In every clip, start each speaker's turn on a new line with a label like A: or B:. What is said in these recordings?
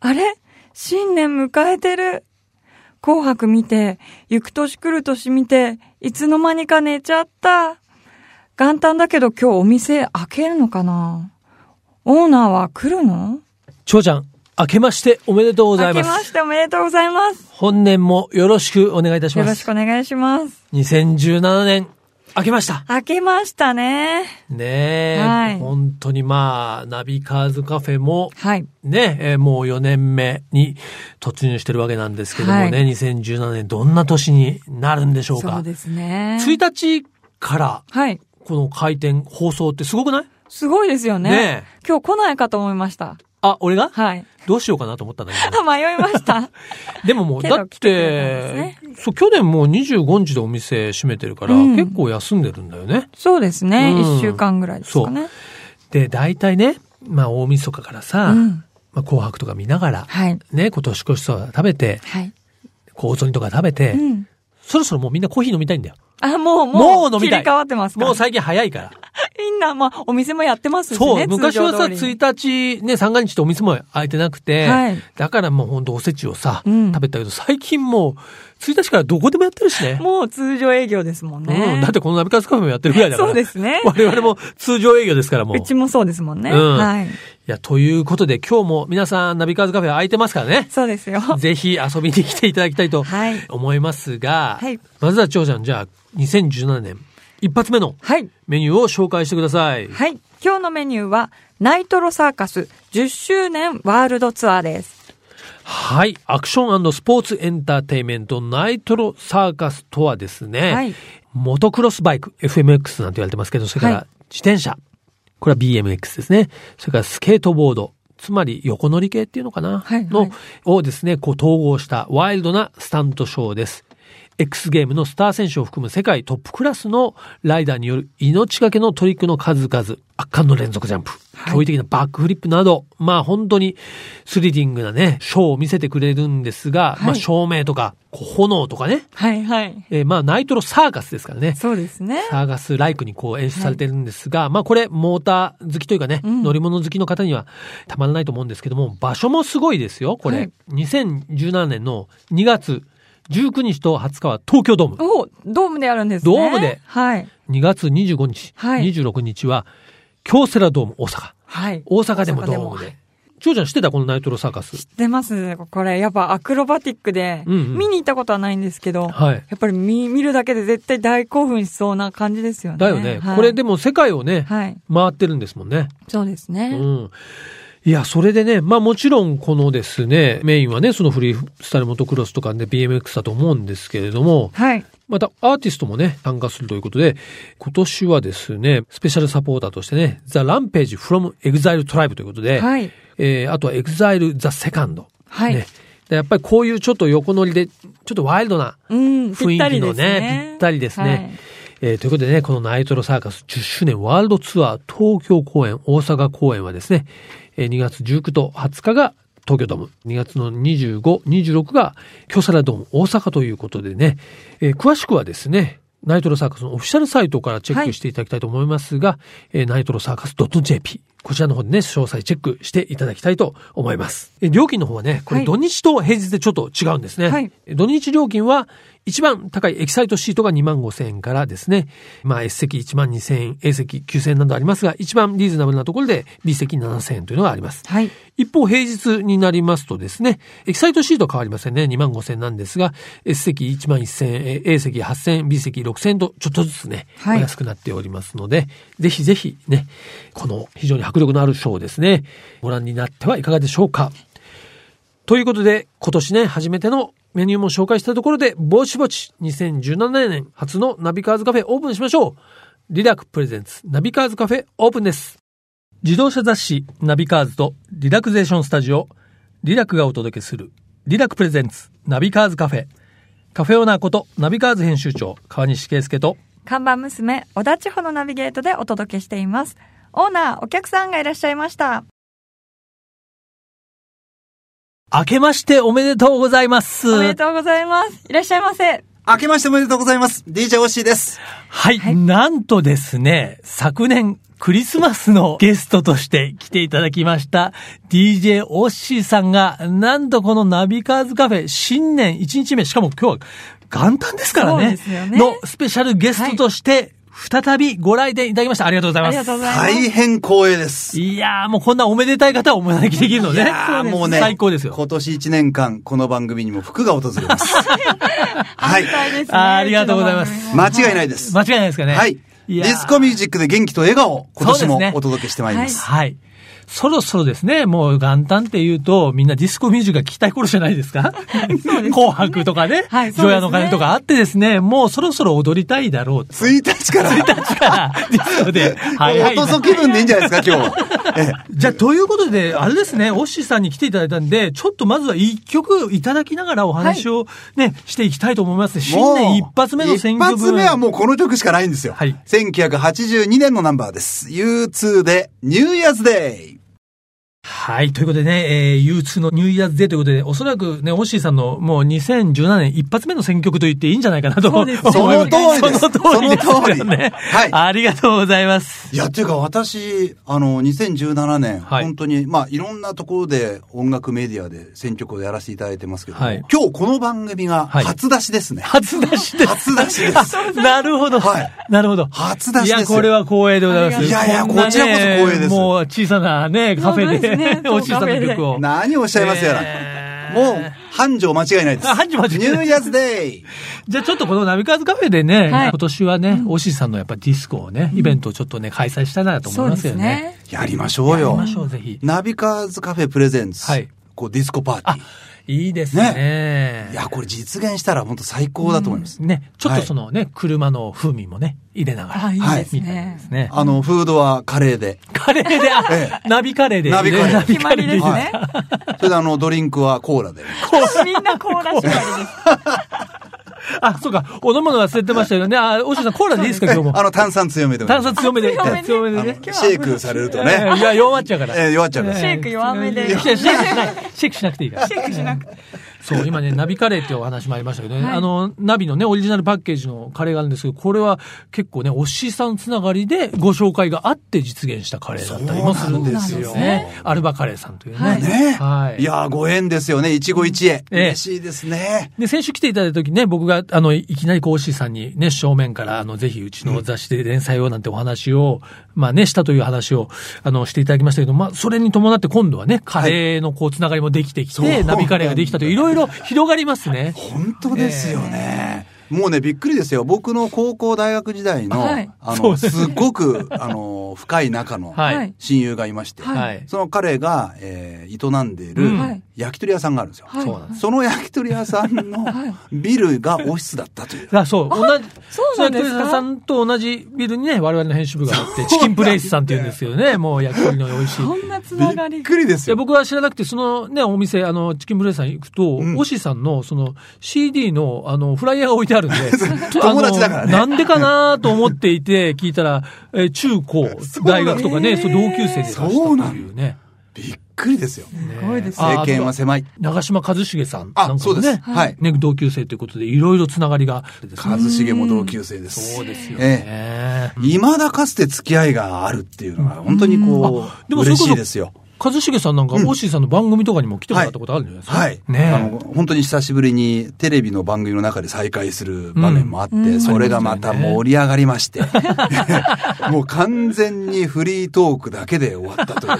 A: あれ新年迎えてる。紅白見て、行く年来る年見て、いつの間にか寝ちゃった。元旦だけど今日お店開けるのかなオーナーは来るの
B: 長ちゃん、明けましておめでとうございます。
A: 明けましておめでとうございます。
B: 本年もよろしくお願いいたします。
A: よろしくお願いします。
B: 2017年、明けました。
A: 明けましたね。
B: ねえ、はい、本当にまあ、ナビカーズカフェも、
A: はい、
B: ねえ、もう4年目に突入してるわけなんですけどもね、はい、2017年どんな年になるんでしょうか。
A: そうですね。
B: 1日から、
A: はい、
B: この開店、放送ってすごくない
A: すごいですよね。
B: ね
A: 今日来ないかと思いました。
B: あ、俺が
A: はい。
B: どうしようかなと思ったんだけ
A: ど。迷いました。
B: でももう、だって、ね、そう、去年もう25日でお店閉めてるから、うん、結構休んでるんだよね。
A: そうですね。うん、1週間ぐらいですかね。そう
B: で、大体ね、まあ大晦日からさ、うん、まあ紅白とか見ながら、
A: はい、
B: ね、今年越しそば食べて、
A: はい、
B: 小雑煮とか食べて、うんそろそろもうみんなコーヒー飲みたいんだよ。
A: あ、もう、も
B: う、もう
A: 切り替わってます
B: もう最近早いから。
A: みんな、まあ、お店もやってますしね。
B: そう、昔はさ、1日、ね、三が日ってお店も開いてなくて、
A: はい、
B: だからもうほんとおせちをさ、うん、食べたけど、最近もう、1日からどこでもやってるしね。
A: もう通常営業ですもんね。
B: うん、だってこのナビカスカフェもやってるぐらいだから。
A: そうですね。
B: 我々も通常営業ですからもう。
A: うちもそうですもんね。
B: うん、
A: はい。
B: いや、ということで今日も皆さんナビカーズカフェ空いてますからね。
A: そうですよ。
B: ぜひ遊びに来ていただきたいと思いますが、
A: はい、
B: まずは長ちゃん、じゃあ2017年一発目のメニューを紹介してください。
A: はい。今日のメニューはナイトロサーカス10周年ワールドツアーです。
B: はい。アクションスポーツエンターテイメントナイトロサーカスとはですね、
A: はい、
B: モトクロスバイク、FMX なんて言われてますけど、それから自転車、はいこれは BMX ですね。それからスケートボード。つまり横乗り系っていうのかな、
A: はいはい、
B: の、をですね、こう統合したワイルドなスタントショーです。X ゲームのスター選手を含む世界トップクラスのライダーによる命がけのトリックの数々、圧巻の連続ジャンプ、驚異、はい、的なバックフリップなど、まあ本当にスリリングなね、ショーを見せてくれるんですが、はい、まあ照明とか、炎とかね。
A: はいはい。
B: えー、まあナイトロサーカスですからね。
A: そうですね。
B: サーカスライクにこう演出されてるんですが、はい、まあこれモーター好きというかね、うん、乗り物好きの方にはたまらないと思うんですけども、場所もすごいですよ、これ。はい、2017年の2月。19日と20日は東京ドーム。
A: おドームでやるんです
B: ね。ドームで。
A: はい。
B: 2月25日、
A: はい、
B: 26日は、京セラドーム大阪。
A: はい。
B: 大阪でもドームで。長ちゃん知ってたこのナイトロサーカス。
A: 知ってます。これ、やっぱアクロバティックで、うんうん、見に行ったことはないんですけど、
B: はい、
A: やっぱり見見るだけで絶対大興奮しそうな感じですよね。
B: だよね。
A: はい、
B: これでも世界をね、
A: はい、
B: 回ってるんですもんね。
A: そうですね。
B: うん。いや、それでね、まあもちろんこのですね、メインはね、そのフリースタイルモトクロスとかね、BMX だと思うんですけれども、
A: はい。
B: またアーティストもね、参加するということで、今年はですね、スペシャルサポーターとしてね、The Rampage from Exile Tribe ということで、
A: はい。
B: えー、あとは Exile the Second。
A: はい。
B: ねやっぱりこういうちょっと横乗りで、ちょっとワイルドな雰囲気のね、ぴったりですね。
A: はい
B: えー、ということでね、このナイトロサーカス10周年ワールドツアー東京公演、大阪公演はですね、えー、2月19と20日が東京ドーム、2月の25、26が京セラドーム大阪ということでね、えー、詳しくはですね、ナイトロサーカスのオフィシャルサイトからチェックしていただきたいと思いますが、はい、えー、ナイトロサーカス .jp こちらの方でね、詳細チェックしていただきたいと思います。え料金の方はね、これ土日と平日でちょっと違うんですね。
A: はい、
B: 土日料金は一番高いエキサイトシートが2万5千円からですね、まあ S 席1万2千円、A 席9千円などありますが、一番リーズナブルなところで B 席7千円というのがあります。
A: はい、
B: 一方平日になりますとですね、エキサイトシートは変わりませんね。2万5千円なんですが、S 席1万1千円、A 席8千円、B 席6千円とちょっとずつね、
A: はい、
B: お安くなっておりますので、ぜひぜひね、この非常に迫力のあるショーですね。ご覧になってはいかがでしょうか。ということで、今年ね、初めてのメニューも紹介したところで、ぼちぼち2017年初のナビカーズカフェオープンしましょう。リラクプレゼンツナビカーズカフェオープンです。自動車雑誌ナビカーズとリラクゼーションスタジオ、リラクがお届けするリラクプレゼンツナビカーズカフェ。カフェオーナーことナビカーズ編集長川西圭介と
A: 看板娘小田千穂のナビゲートでお届けしています。オーナー、お客さんがいらっしゃいました。
B: 明けましておめでとうございます。
A: おめでとうございます。いらっしゃいませ。
C: 明けましておめでとうございます。DJ オッシーです。
B: はい、はい、なんとですね、昨年クリスマスのゲストとして来ていただきました DJ オッシーさんが、なんとこのナビカーズカフェ新年1日目、しかも今日は元旦ですから
A: そう
B: ね、
A: ですよね
B: のスペシャルゲストとして、再びご来店いただきました。ありがとうござい
A: あ
B: ま
A: りが
B: す。
A: とうございます。
C: 大変光栄です。
B: いやー、もうこんなおめでたい方をお招きできるのね。
C: いやーもうね、
B: 最高ですよ。
C: 今年1年間、この番組にも福が訪れます。 はい。
A: ありがたいですね
B: ありがとうございます
A: うちの番組も
C: 間違いないです。
B: 間違いないですかね。
C: はい。
B: い
C: デ
B: や
C: ィ
B: ー
C: スコミュージックで元気と笑顔、今年
B: そうですね
C: もお届けしてまいります。
B: はい。そろそろですね、もう元旦っていうと、みんなディスコミュージックが聞きたい頃じゃないですか紅白とかね、
A: はいそうですね
B: 除夜の鐘とかあってですね、もうそろそろ踊りたいだろうって。
C: 1日から、
B: だから、ディスコで。はいはい。
C: おとそ気分でいいんじゃないですか、今日は。ええ
B: じゃあ、ということで、あれですね、オッシーさんに来ていただいたんで、ちょっとまずは一曲いただきながらお話をね、していきたいと思います。 新年一発目の選曲
C: 一発目はもうこの曲しかないんですよ。
B: はい
C: 1982年のナンバーです。U2 で、ニューイヤーズデイ。
B: はい。ということでね、えー、U2 のニューイヤーズデーということで、おそらくね、オッシーさんのもう2017年一発目の選曲と言っていいんじゃないかなと
A: そ
B: 思
A: う
B: い
A: で
B: ますす。
C: その通りです
B: その通りです
C: その通り
B: よね。
C: はい
B: ありがとうございます。
C: いや、っていうか私、あの、2017年、
B: はい
C: 本当に、まあ、いろんなところで音楽メディアで選曲をやらせていただいてますけども、
B: はい
C: 今日この番組が
B: はい
C: 初出しですね。
B: 初出しです。
C: 初出しです
B: あなるほど。
C: はい
B: なるほど。
C: 初出し
B: い
C: ですよ
B: や、これは光栄でございます。
A: い
C: やいや
B: んなね
C: こちらこそ光栄です
B: もう小さなね、カフ
A: そう
B: ェ
A: ですね
B: で、オッシーさんの曲を。
C: 何をおっしゃいますやら。
B: えー
C: もう、繁盛間違いないです。
B: あ繁盛間違いない
C: ニューイヤーズデイ。
B: じゃあちょっとこのナビカーズカフェでね、
A: はい
B: 今年はね、オシさんのやっぱディスコをね、イベントをちょっとね、開催したいなと思いますよね。。
C: やりましょう
B: 行き
C: よ
B: ま。しょう、ぜひ。
C: ナビカーズカフェプレゼンツ。
B: はい
C: こう、ディスコパーティ
B: あ
C: ー。、
B: いいですね。
C: いや、これ実現したら本当最高だと思います。
B: ね、ちょっとそのね、車の風味もね、入れながら。
A: あ、いいです
B: みたいな
A: ね
B: で。すね。
C: あの、フードはカレーで。
B: カレーで、あ
C: え
B: ナビカレーで。
C: ナビカレー
A: 決まりです
B: ナビカレ
A: ね
B: ー
C: は。い。それであの、ドリンクはコー ラで。
A: みんなこうらしかりです。
B: あ、そうか、お飲むの忘れてましたよね。あ、オシさん、コーラでいいですか、今日も
C: あ。の、炭酸強めでもいい
B: 炭酸強めで。
A: 強めで
B: 強め
C: あ
B: で
C: の
B: ね。
C: シェイクされると
B: えーい
C: ね。
B: や、弱まっちゃうから。
C: えー弱っちゃうから
A: シ。ェイク弱めで
B: いやシェイクしない。シェイクしなくていいから。シェイクしなくて。そう、今ね、ナビカレーっていうお話もありましたけどね、
A: はい
B: あの、ナビのね、オリジナルパッケージのカレーがあるんですけど、これは結構ね、おっしーさんつながりでご紹介があって実現したカレーだったりもするんですよ。
C: そうなんですよ
B: ね。アルバカレーさんというね。
A: はい
C: ね
B: はい
C: いやー、ご縁ですよね。一期一会。
B: ええ
C: 嬉しいですね。
B: で、先週来ていただいた時ね、僕が、あの、いきなりこう、おっしーさんにね、正面から、あの、ぜひうちの雑誌で連載をなんてお話を、まあね、したという話を、あの、していただきましたけど、まあ、それに伴って今度はね、カレーのこう、つながりもできてきて、
C: そう
B: ナビカレーができたという、いろいろ広がりますね。
C: 本当ですよね。もうね、びっくりですよ。僕の高校、大学時代の、
A: はい
C: あ
B: そう
C: の、
B: です
C: すごく、あの、深い仲の
B: はい。
A: はい
C: 親友がいまして、
A: はい
B: はい。
C: その彼が、えー、営んでる
B: うん
A: はい
C: 焼き鳥屋さんがあるんですよ。
A: はい
B: そうなんで
C: その焼き鳥屋さんのビルがオフィスだったという。
B: あそう、同じ、
A: そうなんですか
B: その鳥さんと同じビルにね、我々の編集部があって、チキンプレイスさんっていうんですけどね、もう焼き鳥の美味しい。
A: そんなつなが
C: びっ
A: り。
C: くりです
B: いや、
C: よ。
B: 僕は知らなくて、そのね、お店、あの、チキンプレイスさん行くと、
C: ん
B: オシさんの、その、CD の、あの、フライヤーが置いてあるんで、
C: 友達だからね
B: あのなんでかなと思ってい て、聞いたら、えー中高、大学とかね、そう、同級生で出したと
C: そうなの
B: いうね。
C: びっくりですよ。
A: すごいですね。
B: あ
C: 政権は狭い。
B: 長嶋一茂さんなんかも
C: あ、
B: ね、
C: そうです。はい。
B: ね、同級生ということで、いろいろつながりがあってですね。
C: 一茂も同級生です。
B: そうですよ
C: ええ
B: ね。
C: 未だかつて付き合いがあるっていうのは、本当にこ
B: あ
C: う、
B: でもそれ
C: 嬉
B: こそ
C: しいですよ。
B: 一茂さんなんか、オッシーさんの番組とかにも来てもらったことあるんじゃないですか。
C: はい。あの
B: ね
C: 本当に久しぶりにテレビの番組の中で再会する場面もあって、それがまた盛り上がり まして、 もう完全にフリートークだけで終わったという。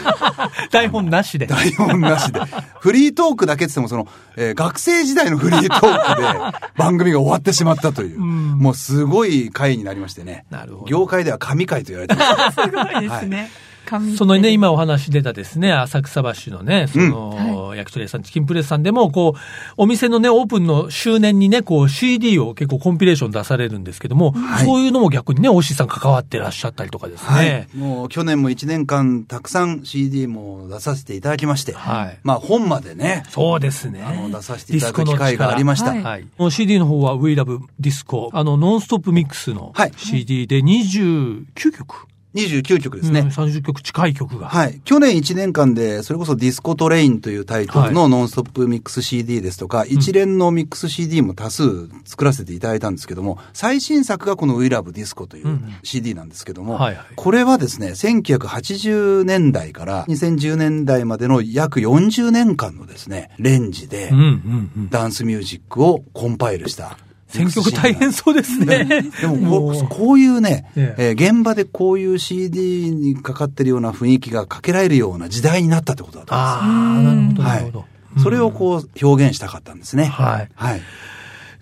B: え。台本なしで。
C: 台本なしで。フリートークだけって言っても、その、えー学生時代のフリートー クで番組が終わってしまったという、もうすごい回になりましてね。
B: なるほど
C: 業界では神回と言われてます。
A: すごいですね。神
B: そのね、今お話出たですね、浅草橋のね、その、焼き鳥屋さん、チキンプレスさんでも、こう、お店のね、オープンの周年にね、こう、CD を結構コンピレーション出されるんですけども、
C: い
B: そういうのも逆にね、オッシーさん関わってらっしゃったりとかです
C: はい
B: ね。。
C: もう去年も1年間たくさん CD も出させていただきまして、
B: はい
C: まあ本までね、
B: そうですね
C: あの。出させていただく機会がありました
B: ディスコの力はい。この CD の方は We Love Disco、あの、ノンストップミックスの
C: はい
B: CD で29曲。
C: 29曲ですね。
B: うん30曲近い曲が。
C: はい。去年1年間で、それこそディスコトレインというタイトルのノンストップミックス CD ですとか、一連のミックス CD も多数作らせていただいたんですけども、最新作がこの We Love Disco という CD なんですけども
B: はいはい、
C: これはですね、1980年代から2010年代までの約40年間のですね、レンジで
B: うんうんうん。
C: ダンスミュージックをコンパイルした。
B: 選曲大変そうですね。
C: でもこう、こういうね、えー現場でこういう CD にかかってるような雰囲気がかけられるような時代になったってことだと思いま
B: ああ、なるほど、なるほど。
C: す。それをこう表現したかったんですね。
B: はい。
C: はい。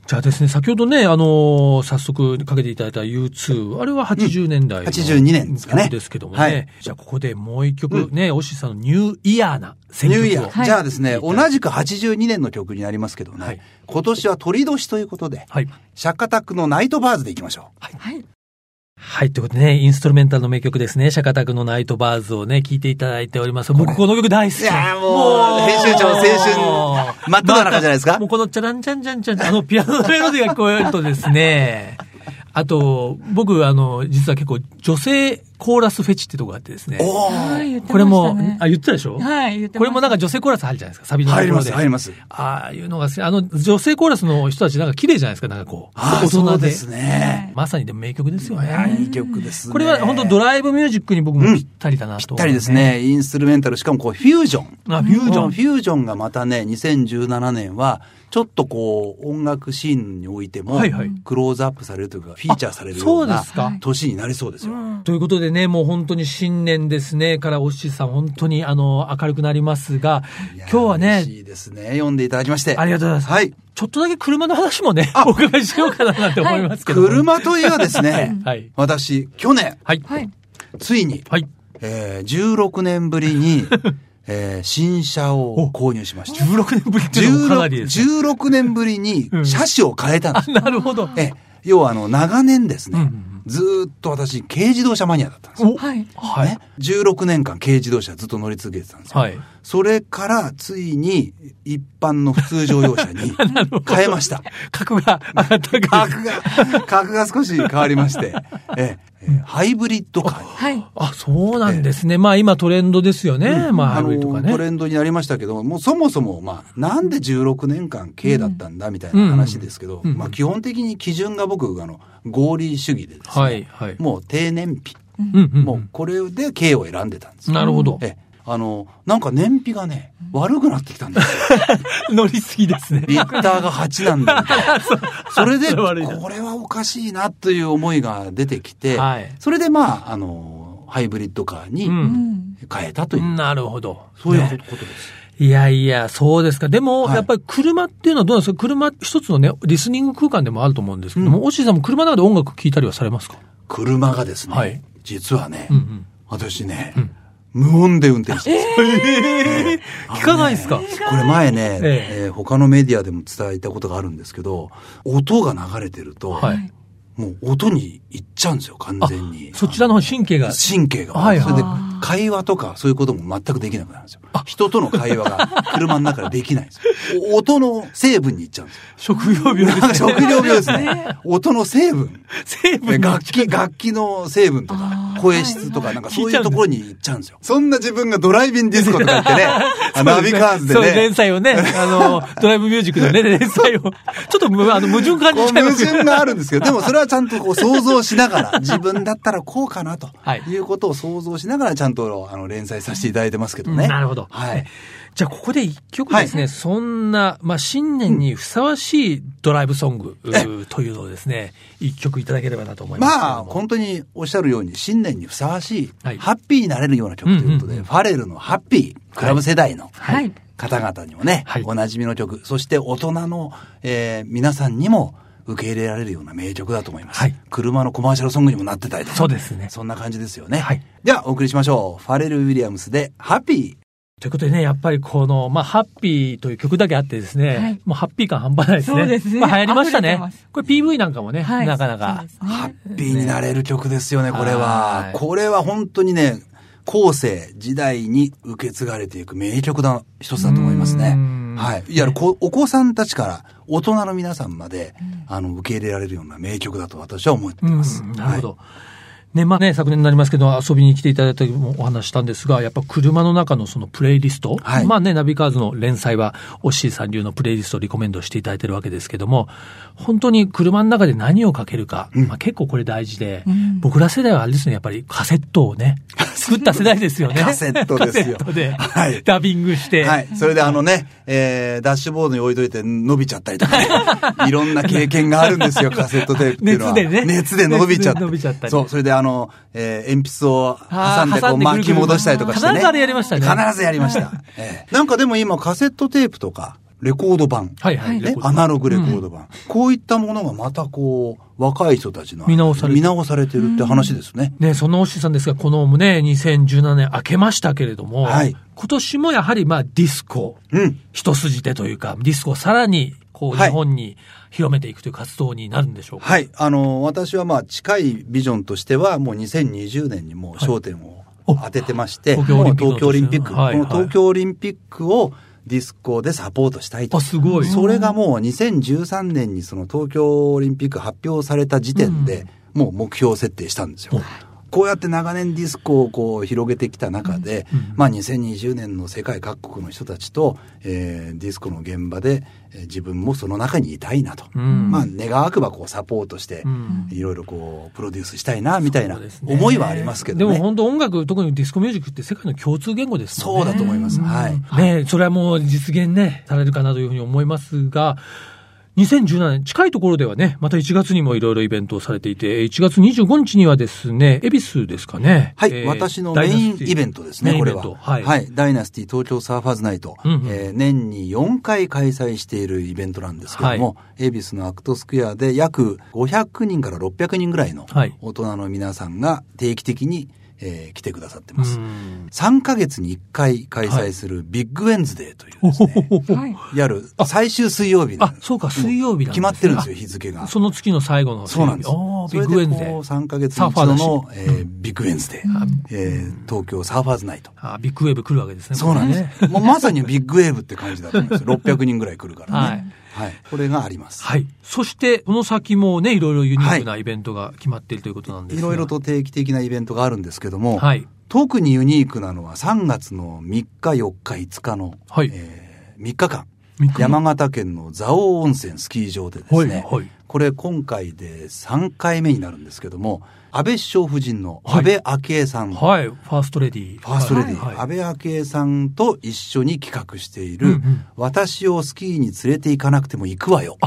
B: じゃあですね、先ほどね、あのー早速かけていただいた U2、あれは80年代の、
C: 82年ですかね
B: ですけどもね。
C: はい
B: じゃあここでもう一曲、ね、オシさんのニューイヤーな選
C: ニュ
B: 曲を。
C: ーイヤー。
A: はい
C: じゃあですね、同じく82年の曲になりますけどね、
B: はい
C: 今年は鳥年ということで、
B: はい。
C: シャカタクのナイトバーズでいきましょう。
A: はい。
B: はい、ということでね、インストルメンタルの名曲ですね、シャカタクのナイトバーズをね、聴いていただいております。僕この曲大好き。
C: いやーもう編集長青春真っ只中じゃないですか
B: もうこのチャランチャンチャンチャン、あのピアノのメロディーが聞こえるとですね、あと、僕、あの、実は結構女性コーラスフェチってとこがあってですね。
C: おー
A: はい、言って
B: これ
A: ました
B: も、
A: ね。
B: あ、言ってたでしょ
A: はい、言ってました
B: これもなんか女性コーラス入るじゃないですか、サビのところ
C: 入
B: で。
C: ります、入ります。
B: ああいうのが好き、あの、女性コーラスの人たちなんか綺麗じゃないですか、なんかこう。
C: あ
B: 大
C: あ、そ
B: 人
C: う
B: で。
C: ですね。
B: まさにでも名曲ですよ
C: いや、い
B: ね。
C: い曲ですね。
B: これは本当ドライブミュージックに僕もぴったりだなと
C: ぴっ
B: 思
C: た
B: う、
C: りです。ね。インストゥルメンタル、しかもこう、フュージョン。
B: あ、フュージョン。
C: フュージョンがまたね、2017年は、ちょっとこう、音楽シーンにおいても
B: はいはい、
C: クローズアップされるというか、フィーチャーされるよ
B: そう
C: う
B: で
C: な
B: すか。
C: 年になりそうですよ。
B: ということでね、もう本当に新年ですね、からおっしーさん本当にあの、明るくなりますが、
C: いや
B: 今
C: ー
B: 日はね
C: 嬉、しいですね。読んでいただきまして。
B: ありがとうございます。
C: はい。
B: ちょっとだけ車の話もね、お伺いしようかななんて思いますけども。、
C: 車といえばですね
B: はい。
C: 私、去年、
B: はい。
A: はい。
C: ついに、
B: はい。
C: えー16年ぶ りに、えー新車を購入しました。
B: 16年ぶりっていうのもかなりですね。
C: 16, 16年ぶりに車種を変えたんです。
B: なるほど。
C: ええ要はあの、長年ですね、
B: うんうん
C: ずーっと私、軽自動車マニアだったんですよ。
B: お
A: はい。
B: はい
C: ね。、16年間軽自動車ずっと乗り続けてたんですよ。
B: はい。
C: それから、ついに、一般の普通乗用 車に変えました。
B: 格が上がったか。
C: 格が、格が少し変わりまして、ええええハイブリッドカーに。
A: はい。
B: あ、そうなんですね。まあ今トレンドですよね。まあハ
C: あ
B: イブ
C: の
B: リッドがね。
C: トレンドになりましたけど、もうそもそも、まあ、なんで16年間軽だったんだみたいな話ですけど、
B: うんうん
C: まあ、基本的に基準が僕、あの、合理主義でですね、
B: はい、はい。
C: もう低燃費、
B: うんうんうん
C: もうこれで軽を選んでたんですよ。
B: なるほど。
C: ええあの、なんか燃費がね、悪くなってきた んですよ。
B: 乗りすぎですね。
C: リッターが8なんだみたいな。それ で、
B: それ悪いな
C: これはおかしいなという思いが出てきて、
B: はい
C: それでまあ、あの、ハイブリッドカーに
B: うん
A: うん。
C: 変えたという、
B: なるほど。
C: そういう
B: ね
C: ことことです。
B: いやいや、そうですか。でも、
C: はい
B: やっぱり車っていうのはどうなんですか車一つのね、リスニング空間でもあると思うんですけども、オシーさんも車の中で音楽聴いたりはされますか
C: 車がですね、
B: はい
C: 実はね、
B: うんうん。
C: 私ね、無音で運転してるんですよ
B: 聞かないですか
C: これ前ね、
B: え
C: えー他のメディアでも伝えたことがあるんですけど、音が流れてると、
B: はい。
C: もう音に行っちゃうんですよ、完全に。
B: そちらの方神経が。
C: 神経が。
B: はいはい
C: それで、会話とかそういうことも全くできなくなるんですよ。人との会話が車の中でできないんですよ。お音の成分に行っちゃうんですよ。
B: 職業病です
C: なんか
B: ね。
C: 食料病ですね。音の成分。
B: 成分が
C: 楽器、楽器の成分とか
A: あ、ー
C: 声質とか、なんかそういうところに行っちゃうんですよ。そんな自分がドライビンディスコとか言ってね、あナビカーズで
B: そう、連
C: ね、
B: 載をね、あの、ドライブミュージックのね、連載を。ちょっとむ、あの、矛盾感
C: こ
B: じ
C: う
B: ちゃいま
C: 矛
B: すけど
C: 盾があるんですけど、でもそれはちゃんとこう想像しながら、自分だったらこうかなと
B: はい
C: いうことを想像しながら、ちゃんとあの連載させていただいてますけどね。
B: なるほど。
C: はい。。
B: じゃあ、ここで一曲ですね、そんな、まあ、新年にふさわしいドライブソング、うーというのをですね、一曲いただければなと思いますけれども。
C: まあ、本当におっしゃるように、新年にふさわしい、
B: はい
C: ハッピーになれるような曲ということで、
B: うんうんうん
C: ファレルのハッピー、クラブ世代の
A: はい。
C: 方々にもね、
B: はい
C: おなじみの曲、そして大人の、えー皆さんにも受け入れられるような名曲だと思います。
B: はい
C: 車のコマーシャルソングにもなってたりとか。
B: そうですね
C: そんな感じですよね。
B: はい
C: では、お送りしましょう。ファレル・ウィリアムスで、ハッピ
B: ということでね、やっぱりこの、まあ、ハッピーという曲だけあってですね、
A: はい
B: もうハッピー感半端ないですね。
A: そうですね
B: まあ、流行りました
A: 溢れ
B: ね
A: てます。
B: これ PV なんかもね、
A: はい。
B: なかなか。
A: そう
C: ー。
A: です
C: ハ
A: ね
C: ッピーになれる曲ですよね、これ
B: は
C: は。
B: い
C: これは本当にね、後世、時代に受け継がれていく名曲の一つだと思いますね
B: うーん。
C: はい。いや、こお子さんたちから大人の皆さんまで、あの、受け入れられるような名曲だと私は思って
B: うん
C: ます。
B: なるほど。ね、まあね、昨年になりますけど、遊びに来ていただいた時もお話したんですが、やっぱ車の中のそのプレイリスト、
C: はい
B: まあね、ナビカーズの連載は、オッシーさん流のプレイリストをリコメンドしていただいてるわけですけども、本当に車の中で何をかけるか、まあ結構これ大事で、
A: うん
B: 僕ら世代はあれですね、やっぱりカセットを ね、作った世代ですよね。
C: カセットですよ
B: カセットで、
C: はい
B: ダビングして、
C: はい。それであのね、えー、ダッシュボードに置いといて伸びちゃったりと かね、いろんな経験があるんですよ、カセットテープっていうのは。
B: 熱でね
C: 熱で伸びちゃ
B: 熱
C: って。
B: で伸びちゃったり
C: そう、それであの、えー、鉛筆を挟ん
B: あー
C: でこ
B: 挟
C: うん
B: でぐるぐる
C: 巻き戻したりとかしてね。
B: 必ずあれやりましたね
C: 必ずやり ました。えーなんかでも今、カセットテープとか、レコード版。
B: はいはいレ
C: ね
B: コー、ド
C: アナログレコード版、こういったものがまたこう、若い人たちの
B: 見直されて
C: 見直されてるって話ですね。
B: ね、そのオッシーさんですが、このね、2017年明けましたけれども、
C: はい
B: 今年もやはりまあディスコ、
C: うん。
B: 一筋でというか、ディスコをさらにこう
C: は
B: 日
C: い
B: 本に広めていくという活動になるんでしょうか。
C: はい。あの、私はまあ近いビジョンとしては、もう2020年にもう焦点を
B: お
C: 当ててまして、
B: 東京オ
C: も
B: リ
C: う
B: ンピックの
C: 東京オリンピック、
B: はいはい
C: この東京オリンピックをディスコでサポートしたいと
B: あ、。すごい。
C: それがもう2013年にその東京オリンピック発表された時点で、もう目標設定したんですよ。こうやって長年ディスコをこう広げてきた中で、まあ2020年の世界各国の人たちと、えーディスコの現場で、えー自分もその中にいたいなと。
B: うん
C: まあ願わくばこうサポートして、
B: ん
C: いろいろこうプロデュースしたいなみたいな
B: そうですね
C: 思いはありますけどね。
B: でも本当音楽、特にディスコミュージックって世界の共通言語です
C: そ
B: もん
C: う
B: ね。
C: だと思います。はい。
B: ね、それはもう実現ね、されるかなというふうに思いますが、2017年、近いところではね、また1月にもいろいろイベントをされていて、1月25日にはですね、恵比寿ですかね。
C: はい、
B: えー
C: 私のメインイベントですね、これは。
B: メインイベントはい。
C: ダイナスティ東京サーファーズナイト、
B: うんうん
C: えー年に4回開催しているイベントなんですけども、恵比寿のアクトスクエアで約500人から600人ぐらいの
B: はい
C: 大人の皆さんが定期的に、えー来てくださって
B: う
C: ます。
B: ん
C: 3ヶ月に1回開催するビッグウェンズデーというですね、
A: はい。
C: やる最終水曜日なん
B: あ
C: で、す
B: そうか、水曜日なん
C: 決まってるんですよ、
B: よ。
C: 日付が
B: あ。その月の最後の水
C: そう
B: 曜日。
C: なんです。
B: おー
C: そ
B: ビッ
C: れ
B: グウェ
C: で
B: ンズ
C: こ
B: デ
C: う
B: ー。
C: 3ヶ月
B: サ
C: に
B: ー
C: 一
B: ファー
C: 度
B: だし
C: の、えービッグウェンズデー、えー東京サーファーズナイト。
B: あビッグウェーブ来るわけですね。
C: そうなんで
B: これね。
C: す。もうまさにビッグウェーブって感じだと思うんです よ。600人ぐらい来るからね。はい。これがあります。
B: はい。そして、この先もね、いろいろユニークな
C: は
B: イベントが決まっているということなんです
C: い
B: が
C: ろいろ。と定期的なイベントがあるんですけども、
B: はい。
C: 特にユニークなのは3月の3日、4日、5日の、
B: はい
C: えー3日間
B: 三日、間
C: 山形県の蔵王温泉スキー場でですね、
B: はいはい
C: これ今回で3回目になるんですけども、安倍首相夫人の安倍昭恵さん、
B: はい。ファーストレディー。
C: ファーストレディー、
B: はい
C: 安倍昭恵さんと一緒に企画している、
B: うんうん
C: 私をスキーに連れて行かなくても行くわよ。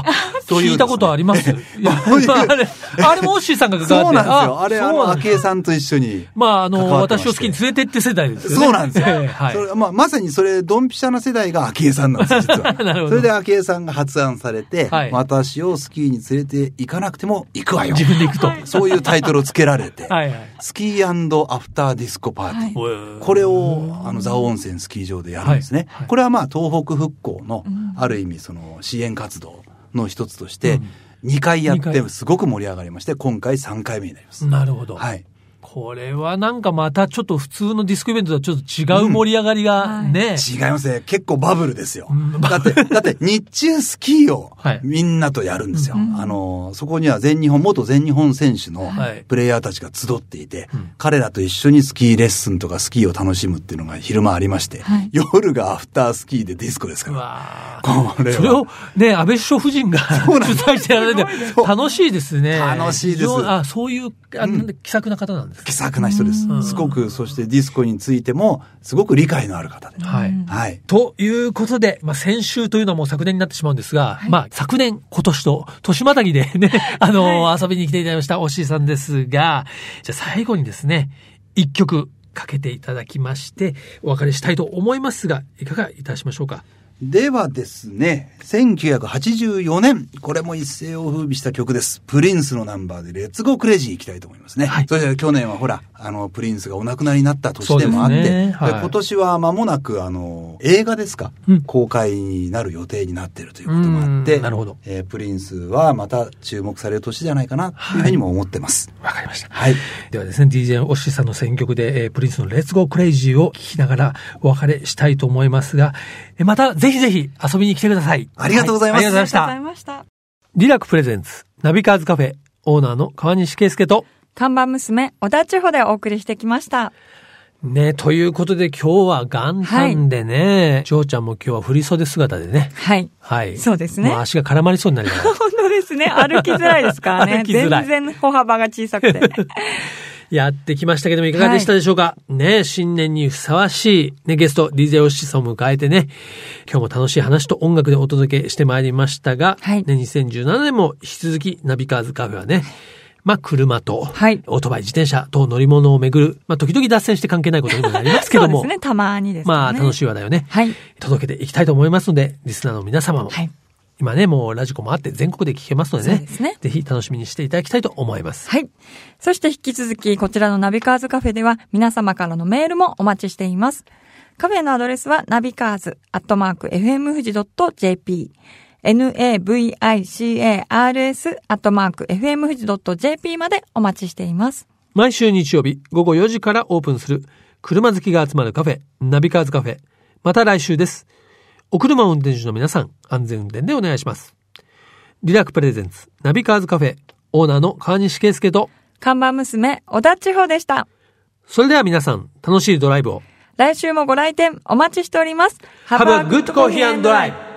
C: という
B: 聞いたことあり ます。いや
C: そういう
B: あれ、あれもオッシーさんが関
C: そう
B: わ
C: な
B: っ
C: ん
B: て
C: ですよ。あれ、あ
B: そう
C: の、
B: なん
C: 昭恵さんと一 緒に。
B: まあ、あ
C: 関
B: の、
C: わってまし
B: 私
C: て
B: を好きに連れてって世代ですよね。
C: そうなんですよ。
B: はい
C: そ。れまあ、まさにそれ、ドンピシャな世代が昭恵さんなんです、実 は。
B: なるほど
C: それで昭恵さんが発案されて、
B: はい
C: 私をスキーに連れて行かなくても行くわよ。
B: 自分で行くと。
C: そういうタイトルをつけら れて、
B: はいはい
C: スキーアフターディスコパーティー。
B: おい
C: これを、あの、蔵王温泉スキー場でやるんですね。
B: はいはい
C: これはまあ、東北復興の、ある意味、その、支援活動の一つとして、2回やっ
B: 二
C: て、
B: 回
C: すごく盛り上がりまして、今回3回目になります。
B: なるほど。
C: はい。
B: これはなんかまたちょっと普通のディスクイベントとはちょっと違う盛り上がりが
A: うん
B: ね。
C: 違いますね。結構バブルですよ
B: ん。
C: だって、だって日中スキーを
B: はい
C: みんなとやるんですよ。
A: うん
C: あの、そこには全日本、元全日本選手の
B: はい
C: プレイヤーたちが集っていて、
B: うん
C: 彼らと一緒にスキーレッスンとかスキーを楽しむっていうのが昼間ありまして、
A: はい
C: 夜がアフタースキーでディスコです か
B: う
C: ら。
B: わー
C: これは
B: それをね、安倍首相夫人が 主
C: うなんです
B: 催してやられて、楽しいですね。
C: 楽しいです
B: 非常にあ、そういう、あ気さくな方なんですね
C: 気さくな人です
B: うん。
C: すごく、そしてディスコについても、すごく理解のある方で。
B: はい。
C: はい。
B: ということで、まあ、先週というのはもう昨年になってしまうんですが、まあ、昨年、今年と、年またぎでね、あのー遊びに来ていただきました、おしいさんですが、じゃあ最後にですね、一曲かけていただきまして、お別れしたいと思いますが、いかがいたしましょうか。
C: ではですね、1984年、これも一世を風靡した曲です。プリンスのナンバーで、レッツゴークレイジー行きたいと思いますね。
B: はい
C: それで去年はほら、あの、プリンスがお亡くなりになった年でもあっ
B: そう
C: て、
B: ですね
C: で
B: はい
C: 今年は間もなく、あの、映画ですか、
B: うん
C: 公開になる予定になっているということもあって、
B: うんなるほど
C: えープリンスはまた注目される年じゃないかな、というふうにも思ってます。
B: わかりました。
C: はい。
B: ではですね、DJ オッシーさんの選曲で、えープリンスのレッツゴークレイジーを聴きながらお別れしたいと思いますが、えーまたぜひぜひ遊びに来てください。
C: ありがとうございます
B: はありがとうございまし
A: あ
B: た
A: りがとうございました。
B: リラックプレゼンツ、ナビカーズカフェ、オーナーの川西圭介と、
A: 看板娘、小田千穂でお送りしてきました。
B: ね、ということで今日は元旦でね、ジョーちゃんも今日は振り袖姿でね。
A: はい。
B: はい。
A: そうですね
B: もう足が絡まりそうになりながら。
A: 本当ですね。歩きづらいですからね。
B: 歩きづらい
A: 全然歩幅が小さくて。
B: やってきましたけどもいかがでしたでしょうか、ね、新年にふさわしい、ね、ゲスト DJ オシさんを迎えてね、今日も楽しい話と音楽でお届けしてまいりましたが、
A: はい
B: ね、2017年も引き続きナビカーズカフェはね、まあ、車と、
A: はい
B: オートバイ、自転車と乗り物をめぐる、まあ、時々脱線して関係ないことにもなりますけど
A: そう
B: も、
A: ですね。たまにですね。
B: まあ、楽
A: い。
B: しい話題をね、
A: はい。
B: 届けていきたいと思いますので、リスナーの皆様も、
A: はい。
B: 今ね、もうラジコもあって全国で聞けますので
A: そう
B: ね
A: で、すね
B: ぜひ楽しみにしていただきたいと思います。
A: はい。そして引き続き、こちらのナビカーズカフェでは、皆様からのメールもお待ちしています。カフェのアドレスは、ナビカーズ、アットマーク、FM 富士 .jp、navicars、アットマーク、FM 富士 .jp までお待ちしています。
B: 毎週日曜日午後4時からオープンする車好きが集まるカフェ、ナビカーズカフェ。また来週です。お車を運転手の皆さん、安全運転でお願いします。リラックプレゼンツ、ナビカーズカフェ、オーナーの川西圭介と、
A: 看板娘、小田千穂でした。
B: それでは皆さん、楽しいドライブを。
A: 来週もご来店お待ちしております。
B: Have a good coffee and drive!